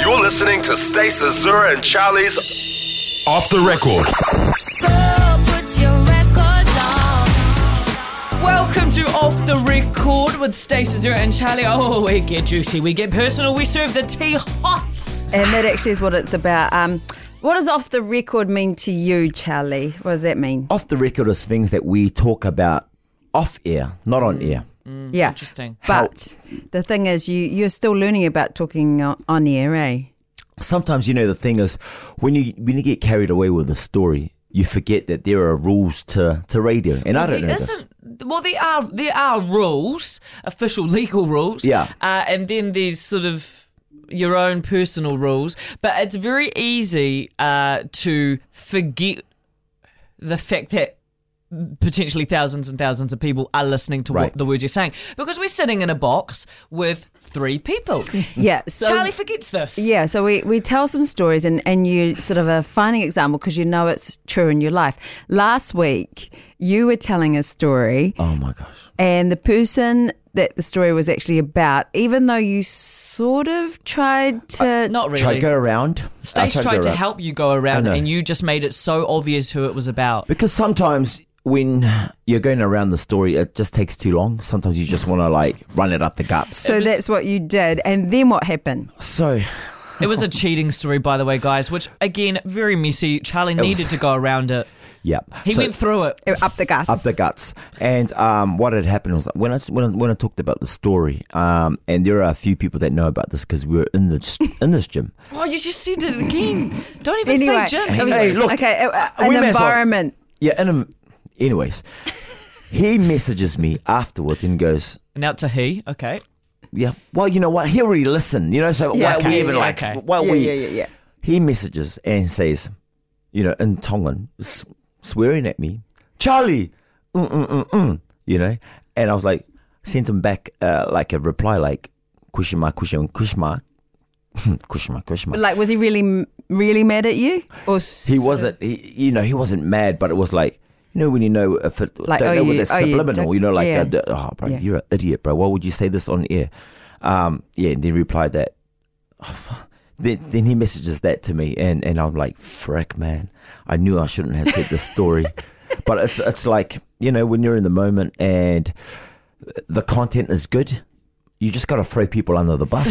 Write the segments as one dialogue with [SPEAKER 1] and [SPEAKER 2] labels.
[SPEAKER 1] You're listening to Stace Azura and Charlie's Off the Record.
[SPEAKER 2] Welcome to Off the Record with Stacey Zero and Charlie. Oh, we get juicy, we get personal, we serve the tea hot.
[SPEAKER 3] And that actually is what it's about. Um, what does off the record mean to you, Charlie? What does that mean?
[SPEAKER 4] off the record is things that we talk about off air, not on
[SPEAKER 2] Mm.
[SPEAKER 4] air.
[SPEAKER 3] yeah.
[SPEAKER 2] Interesting.
[SPEAKER 3] But the thing is, you, you're still learning about talking on, on air, eh?
[SPEAKER 4] Sometimes you know the thing is when you when you get carried away with a story, you forget that there are rules to, to radio, and I don't know
[SPEAKER 2] There
[SPEAKER 4] this.
[SPEAKER 2] isn't- Well, there are there are rules, official legal rules.
[SPEAKER 4] Yeah.
[SPEAKER 2] Uh, and then there's sort of your own personal rules, but it's very easy uh, to forget the fact that potentially thousands and thousands of people are listening to what
[SPEAKER 4] Right.
[SPEAKER 2] the words you're saying because we're sitting in a box with three people.
[SPEAKER 3] Yeah. So,
[SPEAKER 2] Charlie forgets this.
[SPEAKER 3] Yeah, so we, we tell some stories and, and you sort of a finding example because you know it's true in your life. Last week, you were telling a story
[SPEAKER 4] Oh my gosh!
[SPEAKER 3] and the person that the story was actually about, even though you sort of tried to.
[SPEAKER 2] Uh, Not really.
[SPEAKER 4] Try to go around. I
[SPEAKER 2] Stace
[SPEAKER 4] go
[SPEAKER 2] tried to
[SPEAKER 4] around.
[SPEAKER 2] help you go around,
[SPEAKER 4] I know.
[SPEAKER 2] and you just made it so obvious who it was about.
[SPEAKER 4] because sometimes when you're going around the story, it just takes too long. Sometimes you just want to like run it up the guts.
[SPEAKER 3] so that's what you did. And then what happened?
[SPEAKER 4] So
[SPEAKER 2] It was a cheating story, by the way, guys, which, again, very messy. Charlie needed to go around it.
[SPEAKER 4] yeah,
[SPEAKER 2] He
[SPEAKER 4] So-
[SPEAKER 2] went through it.
[SPEAKER 3] Up the guts.
[SPEAKER 4] up the guts. And um, what had happened was when I when I, when I talked about the story, um, and there are a few people that know about this because we were in the in this gym.
[SPEAKER 2] Oh, you just said it again. Don't even
[SPEAKER 3] anyway,
[SPEAKER 2] say
[SPEAKER 3] it
[SPEAKER 2] Jim.
[SPEAKER 3] was-
[SPEAKER 4] Hey, look,
[SPEAKER 3] okay, uh,
[SPEAKER 4] we
[SPEAKER 3] an
[SPEAKER 4] may as well-
[SPEAKER 3] environment.
[SPEAKER 4] Yeah, and um, anyways, he messages me afterwards and goes,
[SPEAKER 2] Now it's a he. Okay.
[SPEAKER 4] "Yeah, well, you know what? He already listened, you know. So
[SPEAKER 3] Yeah,
[SPEAKER 4] why
[SPEAKER 3] okay,
[SPEAKER 4] are we even
[SPEAKER 2] yeah,
[SPEAKER 4] like?
[SPEAKER 2] okay.
[SPEAKER 4] Why are Uh, we?"
[SPEAKER 3] yeah, yeah,
[SPEAKER 4] He messages and says, you know, in Tongan, s- swearing at me, Charlie, mm, mm, mm, mm, you know, and I was like, sent him back uh, like a reply, like question mark, question mark, question mark, question mark, question mark.
[SPEAKER 3] But like, was he really, really mad at you? Or s-
[SPEAKER 4] He wasn't, he, you know, he wasn't mad, but it was like, you know, when you know if it,
[SPEAKER 3] Like,
[SPEAKER 4] don't
[SPEAKER 3] oh,
[SPEAKER 4] know
[SPEAKER 3] you-
[SPEAKER 4] whether it's
[SPEAKER 3] oh, you
[SPEAKER 4] subliminal,
[SPEAKER 3] don't-
[SPEAKER 4] you know, like,
[SPEAKER 3] yeah.
[SPEAKER 4] uh, d- oh, bro,
[SPEAKER 3] Yeah.
[SPEAKER 4] you're an idiot, bro. Why would you say this on air? Um, yeah, and then replied that. Then, then he messages that to me, and, and I'm like, frick, man, I knew I shouldn't have said this story. but it's it's like, you know, when you're in the moment and the content is good, you just got to throw people under the bus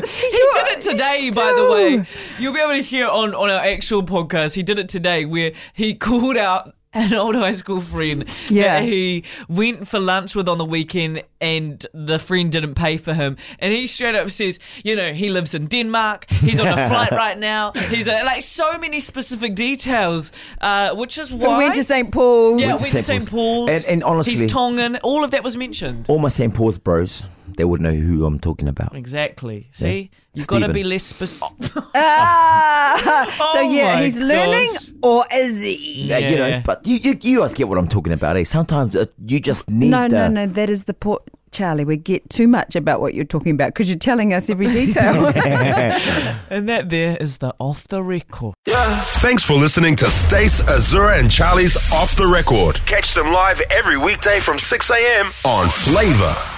[SPEAKER 3] Oh, see, you
[SPEAKER 2] He did it today, by the way. You'll be able to hear on, on our actual podcast. He did it today where he called out an old high school friend
[SPEAKER 3] Yeah.
[SPEAKER 2] that he went for lunch with on the weekend and the friend didn't pay for him. And he straight up says, you know, he lives in Denmark. He's on a flight right now. He's uh, like so many specific details, uh, which is
[SPEAKER 3] We
[SPEAKER 2] why.
[SPEAKER 3] went to St. Paul's.
[SPEAKER 2] yeah,
[SPEAKER 4] Went to
[SPEAKER 2] went to
[SPEAKER 4] St.
[SPEAKER 2] St. Paul's.
[SPEAKER 4] And- and honestly-
[SPEAKER 2] He's Tongan. All of that was mentioned.
[SPEAKER 4] All my St. Paul's bros, they would know who I'm talking about.
[SPEAKER 2] Exactly. See? You've got to
[SPEAKER 4] Stephen.
[SPEAKER 2] be less specific.
[SPEAKER 3] Ah, so
[SPEAKER 2] Oh
[SPEAKER 3] yeah,
[SPEAKER 2] my
[SPEAKER 3] he's learning,
[SPEAKER 2] gosh.
[SPEAKER 3] or is he?
[SPEAKER 4] Yeah, you
[SPEAKER 2] Yeah.
[SPEAKER 4] know, but you, you you guys get what I'm talking about. Eh? Sometimes uh, you just need
[SPEAKER 3] No, no,
[SPEAKER 4] the-
[SPEAKER 3] no. That is the point, Charlie. We get too much about what you're talking about because you're telling us every detail.
[SPEAKER 2] And that there is the off the record.
[SPEAKER 1] Thanks for listening to Stace Azura and Charlie's Off the Record. Catch them live every weekday from 6 a.m. on Flavor.